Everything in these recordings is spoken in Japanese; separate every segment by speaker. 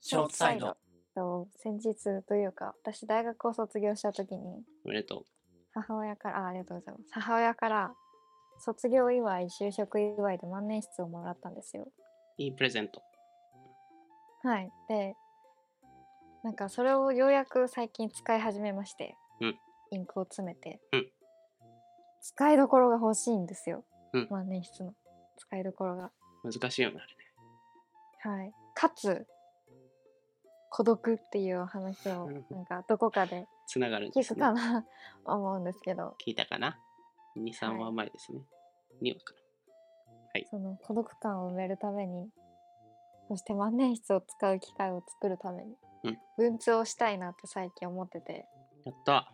Speaker 1: ショートサイ
Speaker 2: ショー
Speaker 1: ド。
Speaker 2: と先日というか私大学を卒業した時に
Speaker 1: おめでと
Speaker 2: 母親からあありがとうございます母親から卒業祝い就職祝いで万年筆をもらったんですよ
Speaker 1: う。いいプレゼント。
Speaker 2: はいでなんかそれをようやく最近使い始めまして、
Speaker 1: うん
Speaker 2: インクを詰めて、
Speaker 1: うん
Speaker 2: 使いどころが欲しいんですよ、
Speaker 1: うん
Speaker 2: 万年筆の使いどころが
Speaker 1: 難しいよね、あれね。
Speaker 2: はい、かつ孤独っていうお話を
Speaker 1: うん
Speaker 2: なんかどこかで
Speaker 1: つながるんで
Speaker 2: 聞
Speaker 1: す
Speaker 2: く
Speaker 1: ね。
Speaker 2: かな思うんですけど
Speaker 1: 聞いたかな ?2、3
Speaker 2: はい
Speaker 1: 話前ですね。2話か
Speaker 2: その孤独感を埋めるためにそして万年筆を使う機会を作るために
Speaker 1: うん
Speaker 2: 文通をしたいなって最近思ってて、
Speaker 1: な。やった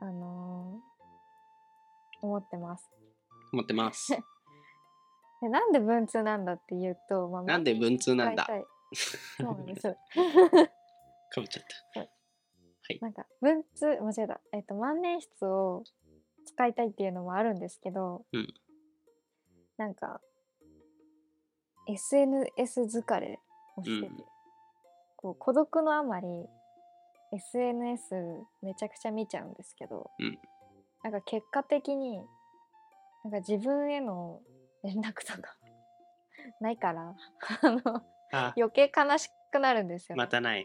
Speaker 2: あのー思ってます。
Speaker 1: 持って ます。
Speaker 2: でなんで文通なんだって言うと、まあ、
Speaker 1: なんで
Speaker 2: 万年
Speaker 1: 文通
Speaker 2: 筆
Speaker 1: なんだ
Speaker 2: 使いたいそうな んです
Speaker 1: かぶっちゃった。
Speaker 2: なんか文通間違えた、えっと、万年筆を使いたいっていうのもあるんですけど、
Speaker 1: うん
Speaker 2: なんか SNS 疲れをしてて、
Speaker 1: うん
Speaker 2: こう孤独のあまり SNS めちゃくちゃ見ちゃうんですけど、
Speaker 1: うん
Speaker 2: なんか結果的になんか自分への連絡とかないからあの
Speaker 1: あ、
Speaker 2: 余計悲しくなるんですよね、
Speaker 1: またない。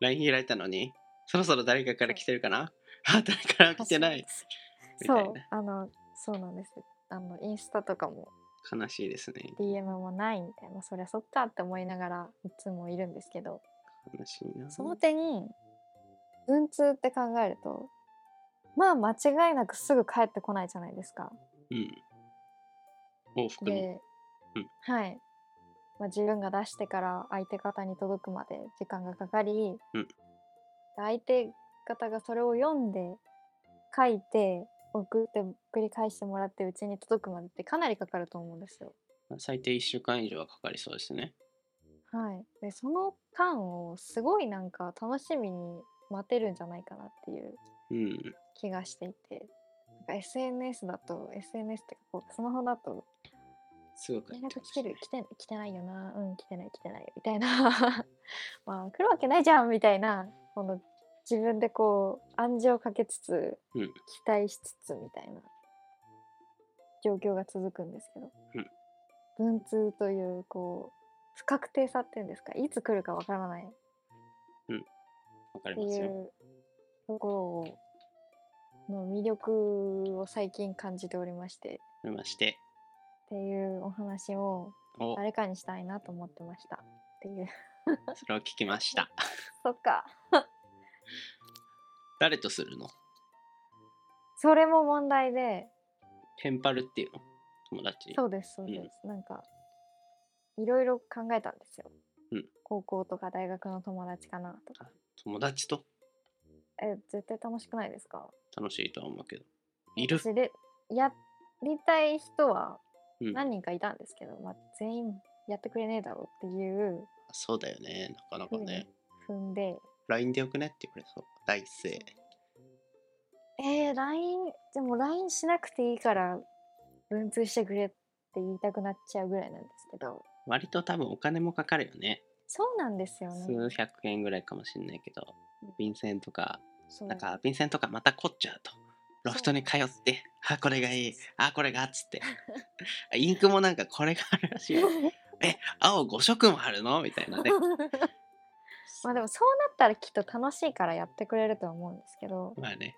Speaker 1: LINE 開いたのに、そろそろ誰かから来てるかなあ、誰から来てない。み
Speaker 2: そ
Speaker 1: たいうな、
Speaker 2: あの、そうなんです。あの、インスタとかも
Speaker 1: 悲しいですね。
Speaker 2: DM もないみたいな、そりゃそっかって思いながらいつもいるんですけど、
Speaker 1: 悲しいな。
Speaker 2: その点に、文通って考えると、まあ間違いなくすぐ帰ってこないじゃないですか。
Speaker 1: うん。往復の。
Speaker 2: で、
Speaker 1: うん
Speaker 2: はい。まあ、自分が出してから相手方に届くまで時間がかかり、
Speaker 1: うん
Speaker 2: 相手方がそれを読んで書いて送って繰り返してもらってうちに届くまでってかなりかかると思うんですよ。
Speaker 1: 最低1週間以上はかかりそうですね。
Speaker 2: はい、でその間をすごいなんか楽しみに待てるんじゃないかなっていう
Speaker 1: うん。
Speaker 2: 気がしていてなんか SNS だと SNS ってかこうスマホだと
Speaker 1: すごく
Speaker 2: 連絡来てる来て来てないよなうん来てない来てないみたいな まあ来るわけないじゃんみたいなこの自分でこう暗示をかけつつ、
Speaker 1: うん
Speaker 2: 期待しつつみたいな状況が続くんですけど、文通というこう不確定さっていうんですかいつ来るかわからない
Speaker 1: わかり
Speaker 2: って
Speaker 1: ます
Speaker 2: い
Speaker 1: よ。
Speaker 2: うところをの魅力を最近感じておりまして
Speaker 1: ありまして。
Speaker 2: っていうお話を
Speaker 1: お、
Speaker 2: 誰かにしたいなと思ってましたっていう
Speaker 1: それを聞きました。
Speaker 2: そっか
Speaker 1: 誰とするの
Speaker 2: それも問題で
Speaker 1: ペンパルっていうの友達。
Speaker 2: そうですそうです、なんかいろいろ考えたんですよ、
Speaker 1: うん
Speaker 2: 高校とか大学の友達かなとか
Speaker 1: 友達と
Speaker 2: え絶対楽しくないですか
Speaker 1: 楽しいとは思うけど。いる
Speaker 2: 私でやりたい人は
Speaker 1: うん。
Speaker 2: 何人かいたんですけど、まあ、全員やってくれねえだろうっていう
Speaker 1: そうだよね。なかな
Speaker 2: ふ
Speaker 1: か
Speaker 2: うに
Speaker 1: ね。
Speaker 2: 踏んで、
Speaker 1: LINE でよくねって言われそう。大生。
Speaker 2: えー、LINE でも LINE しなくていいから文通してくれって言いたくなっちゃうぐらいなんですけど
Speaker 1: 割と多分お金もかかるよね。
Speaker 2: そうなんですよ
Speaker 1: 数
Speaker 2: ね
Speaker 1: 百円ぐらいかもしれないけど
Speaker 2: うん。
Speaker 1: 便箋とか、
Speaker 2: そう
Speaker 1: なんか便箋とかまた凝っちゃうと。ロフトに通って、あ、これがいい。あ、これがっつって。あインクもなんかこれがある らしいよ。え、青5色もあるのみたいなね。
Speaker 2: まあでもそうなったらきっと楽しいからやってくれるとは思うんですけど
Speaker 1: まあね。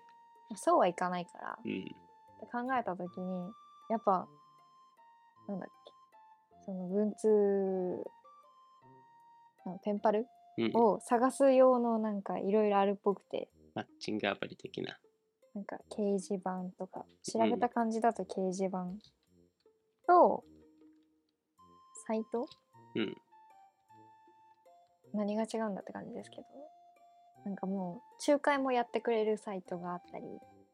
Speaker 2: そうはいかないから
Speaker 1: うん。
Speaker 2: 考えた時にやっぱなんだっけその文通なんペンパル
Speaker 1: うん、
Speaker 2: を探す用のなんかいろいろあるっぽくて
Speaker 1: マッチングアプリ的な。
Speaker 2: なんか掲示板とか調
Speaker 1: うん
Speaker 2: べた感じだと掲示板と、サイト、
Speaker 1: うん
Speaker 2: 何が違うんだって感じですけどなんかもう仲介もやってくれるサイトがあったり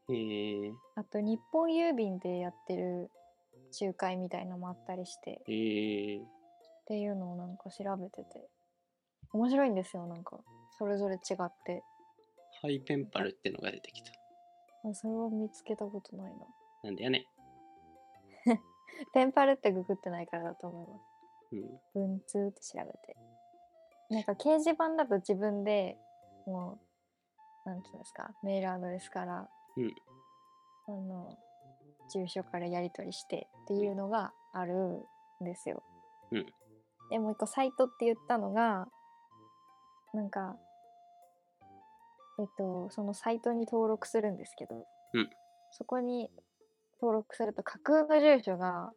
Speaker 1: へえ
Speaker 2: あと日本郵便でやってる仲介みたいのもあったりして
Speaker 1: ー、へえー、
Speaker 2: っていうのをなんか調べてて面白いんですよなんかそれぞれ違って
Speaker 1: ハイペンパルってのが出てきた。
Speaker 2: あそれは見つけたことないな
Speaker 1: なんだよね。
Speaker 2: ペンパルってググってないからだと思います
Speaker 1: うん。
Speaker 2: 文通って調べてなんか掲示板だと自分でもうなんていうんですかメールアドレスから、
Speaker 1: うん
Speaker 2: あの住所からやり取りしてっていうのがあるんですよ。
Speaker 1: うん
Speaker 2: でもう一個サイトって言ったのがなんかえっとそのサイトに登録するんですけど、
Speaker 1: うん
Speaker 2: そこに登録すると架空の住所が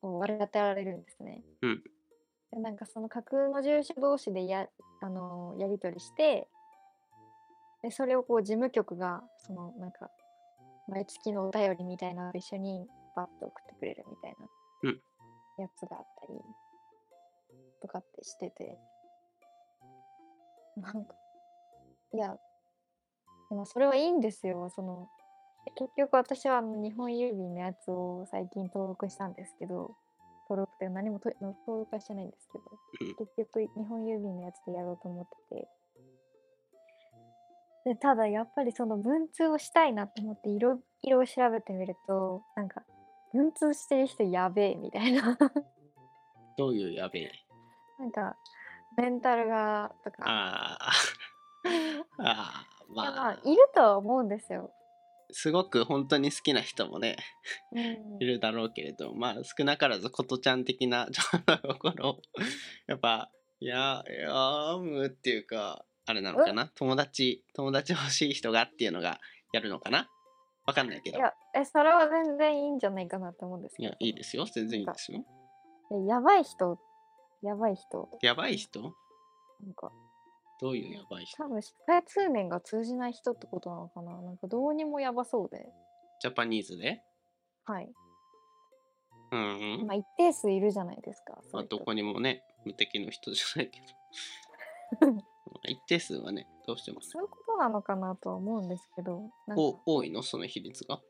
Speaker 2: こう割り当てられるんですね。でなんかその架空の住所同士でや,、あのーやり取りしてでそれをこう事務局がそのなんか毎月のお便りみたいなのと一緒にバッと送ってくれるみたいな
Speaker 1: うん
Speaker 2: やつがあったりとかってしててなんかいやでもそれはいいんですよその結局私はあの日本郵便のやつを最近登録したんですけど、登録って何もとの登録はしてないんですけど
Speaker 1: うん
Speaker 2: 結局日本郵便のやつでやろうと思っててでただやっぱりその文通をしたいなと思っていろいろ調べてみるとなんか文通してる人やべえみたいな
Speaker 1: どういうやべえ。
Speaker 2: なんかメンタルがとか
Speaker 1: あ あ。ああ、
Speaker 2: いやま
Speaker 1: ま
Speaker 2: あ
Speaker 1: あ、
Speaker 2: いるとは思うんですよ。
Speaker 1: すごく本当に好きな人もね、
Speaker 2: うん
Speaker 1: いるだろうけれど、まあ、少なからずことちゃん的な ところを、やっぱ、いや、いやーむっていうか、あれなのかな友達、友達欲しい人がっていうのがやるのかなわかんないけ
Speaker 2: い
Speaker 1: ど。
Speaker 2: やえそれは全然いいんじゃないかなと思うんです
Speaker 1: い
Speaker 2: けど
Speaker 1: や、いいですよ。全然いいですよ。
Speaker 2: えやばい人やばい人
Speaker 1: やばい人
Speaker 2: なんか
Speaker 1: どういうやばい人
Speaker 2: 多分社会通念が通じない人ってことなのかななんかどうにもやばそうで
Speaker 1: ジャパニーズで
Speaker 2: はい、
Speaker 1: うんうん。
Speaker 2: まあ、一定数いるじゃないですかそ
Speaker 1: ま
Speaker 2: う
Speaker 1: あ、
Speaker 2: いう人
Speaker 1: どこにもね、無敵の人じゃないけど。 一定数はね、どうしてもね
Speaker 2: そういうことなのかなとは思うんですけどなんか
Speaker 1: お多いのその比率が。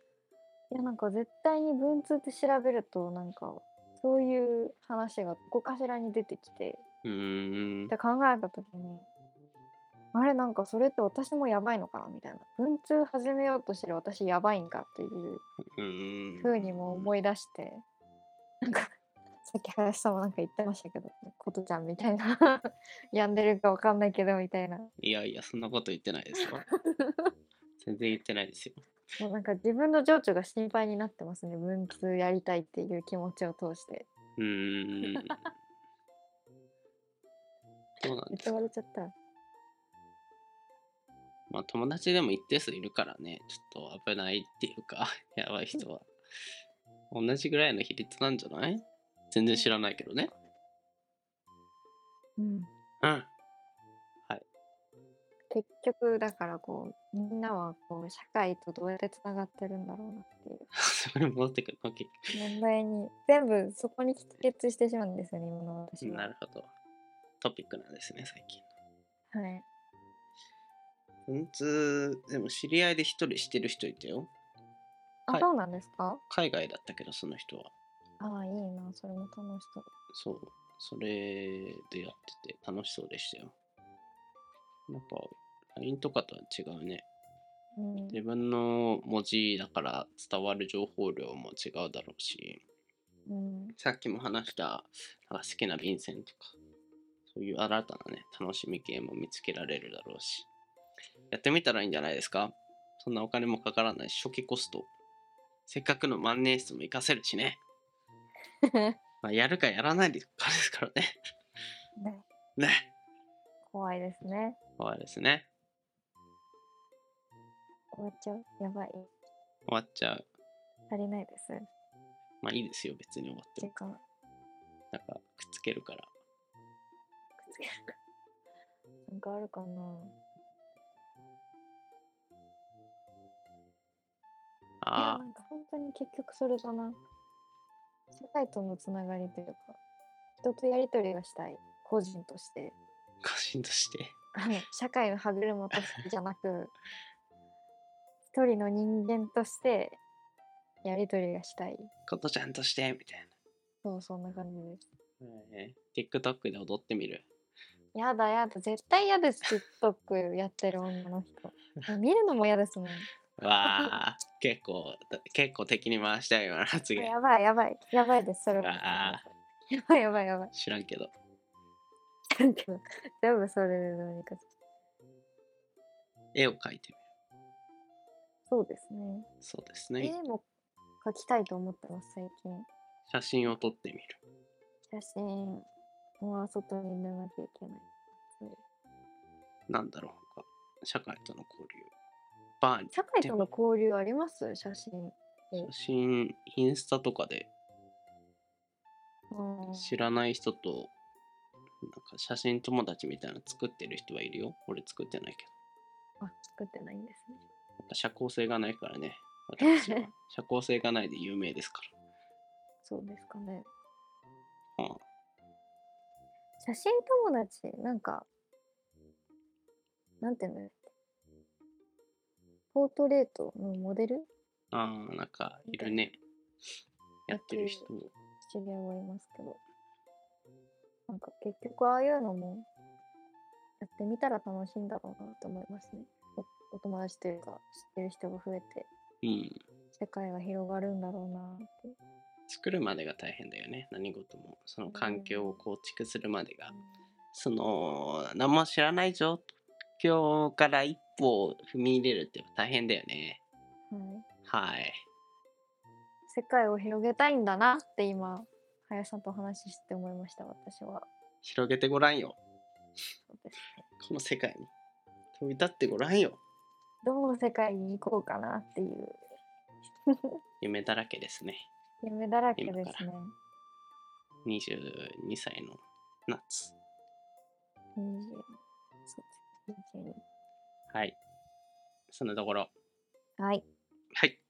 Speaker 2: いやなんか絶対に文通って調べるとなんかそういう話がどこかしらに出てきて
Speaker 1: うーん
Speaker 2: っ。て考えた時にあれなんかそれって私もやばいのかなみたいな文通始めようとしてる私やばいんかっていう
Speaker 1: うーん
Speaker 2: ふうにも思い出して、なんかさっき林さんもなんか言ってましたけど、ことちゃんみたいな 病んでるかわかんないけどみたいなも
Speaker 1: いやいや、そんなこと言ってない ですよ。全然言ってないですよ。
Speaker 2: うなんか自分の情緒が心配になってますね文通やりたいっていう気持ちを通して
Speaker 1: う ーん。そうなん
Speaker 2: め
Speaker 1: で
Speaker 2: っちゃ
Speaker 1: す。
Speaker 2: 笑っちゃった
Speaker 1: まあ友達でも一定数いるからね、ちょっと危ないっていうか、 やばい人は。同じぐらいの比率なんじゃない全然知らないけどね。
Speaker 2: う
Speaker 1: う
Speaker 2: ん
Speaker 1: ん。
Speaker 2: 結局だからこうみんなはこう社会とどうやってつながってるんだろうなっていう
Speaker 1: それ戻ってくるの結
Speaker 2: 問題に全部そこに帰結してしまうんですよね今の私
Speaker 1: 局。な
Speaker 2: は。は
Speaker 1: るほど。トピックなんですね、最近。
Speaker 2: い、
Speaker 1: 文通、でも知り合いで一人してる人いたよ。
Speaker 2: あ、
Speaker 1: はい
Speaker 2: そうなんですか
Speaker 1: 海外だったけど、その人は。
Speaker 2: ああいいなそれも楽しそう。
Speaker 1: そう、それでやってて楽しそうでしたよ。やっぱ LINE とかとは違うね。
Speaker 2: うん
Speaker 1: 自分の文字だから伝わる情報量も違うだろうし、
Speaker 2: うん
Speaker 1: さっきも話したなんか好きな便箋とか、そういう新たなね、楽しみ系も見つけられるだろうし、やってみたらいいんじゃないですかそんなお金もかからないし初期コスト。せっかくの万年筆も活かせるしね。 まあ、やるかやらないかですからね。
Speaker 2: ね、
Speaker 1: ね。
Speaker 2: 怖いですね。
Speaker 1: 怖いですね。
Speaker 2: 終わっちゃう。やばい。
Speaker 1: 終わっちゃう。
Speaker 2: 足りないです。
Speaker 1: まあいいですよ、別に終わって
Speaker 2: 時
Speaker 1: も。
Speaker 2: 間。くっ
Speaker 1: なんか、くっつけるから。
Speaker 2: つけるなんかあるかな。いや、
Speaker 1: あ
Speaker 2: なんか本当に結局それだな。社会とのつながりというか、人とやりとりがしたい。個人として。
Speaker 1: あ、個人として。
Speaker 2: あの社会の歯車としてじゃなく、一人の人間としてやりとりがしたい。
Speaker 1: ことちゃんとして、みたい
Speaker 2: そう、そんな感じです。
Speaker 1: な。えー TikTok で踊ってみる。
Speaker 2: やだやだ、絶対嫌です、TikTok やってる女の人。もう見るのも嫌ですもん。
Speaker 1: わあ、結構、結構敵に回したよ、今の発言。
Speaker 2: やばいやばい、やばいです、それは。
Speaker 1: あ
Speaker 2: やばいやばいやばい。
Speaker 1: 知らんけど。
Speaker 2: かるけど、全部それでどうにかし
Speaker 1: 絵を描いてみる。
Speaker 2: そうですね。
Speaker 1: そうですね。
Speaker 2: 絵も描きたいと思ってます、最近。
Speaker 1: 写真を撮ってみる。
Speaker 2: 写真は外に出なきゃいけない。
Speaker 1: なんだろう他社会との交流。バーに。
Speaker 2: 社会との交流あります写真。
Speaker 1: 写真、インスタとかで
Speaker 2: うん、
Speaker 1: 知らない人と、なんか写真友達みたいなの作ってる人はいるよ。俺作ってないけど。
Speaker 2: あ、作ってないんですね。
Speaker 1: やっぱ社交性がないからね。 私は社交性がないで有名ですか
Speaker 2: そうですかね。
Speaker 1: ら。うん
Speaker 2: 写真友達、なんか、なんていうんだろう。ポートレートのモデル
Speaker 1: ああ、なんかいるね。やってる人。
Speaker 2: 知り合いはいますけど。なんか結局ああいうのもやってみたら楽しいんだろうなと思いますね。おお友達というか知ってる人が増えて
Speaker 1: うん。
Speaker 2: 世界が広がるんだろうなって。
Speaker 1: 作るまでが大変だよね。何事も。その環境を構築するまでが。その、何も知らない状況から一歩を踏み入れるって大変だよね。
Speaker 2: はい、
Speaker 1: はい。
Speaker 2: 世界を広げたいんだなって今林さんとお話しして思いました私は。
Speaker 1: 広げてごらんよ。
Speaker 2: そうですね
Speaker 1: この世界に。飛び立ってごらんよ。
Speaker 2: どの世界に行こうかなっていう
Speaker 1: 夢だらけですね。
Speaker 2: 夢だらけです
Speaker 1: 今
Speaker 2: ね
Speaker 1: か。22歳の夏。
Speaker 2: 20そうです
Speaker 1: はい。そんなところ。
Speaker 2: 22はい。
Speaker 1: はい。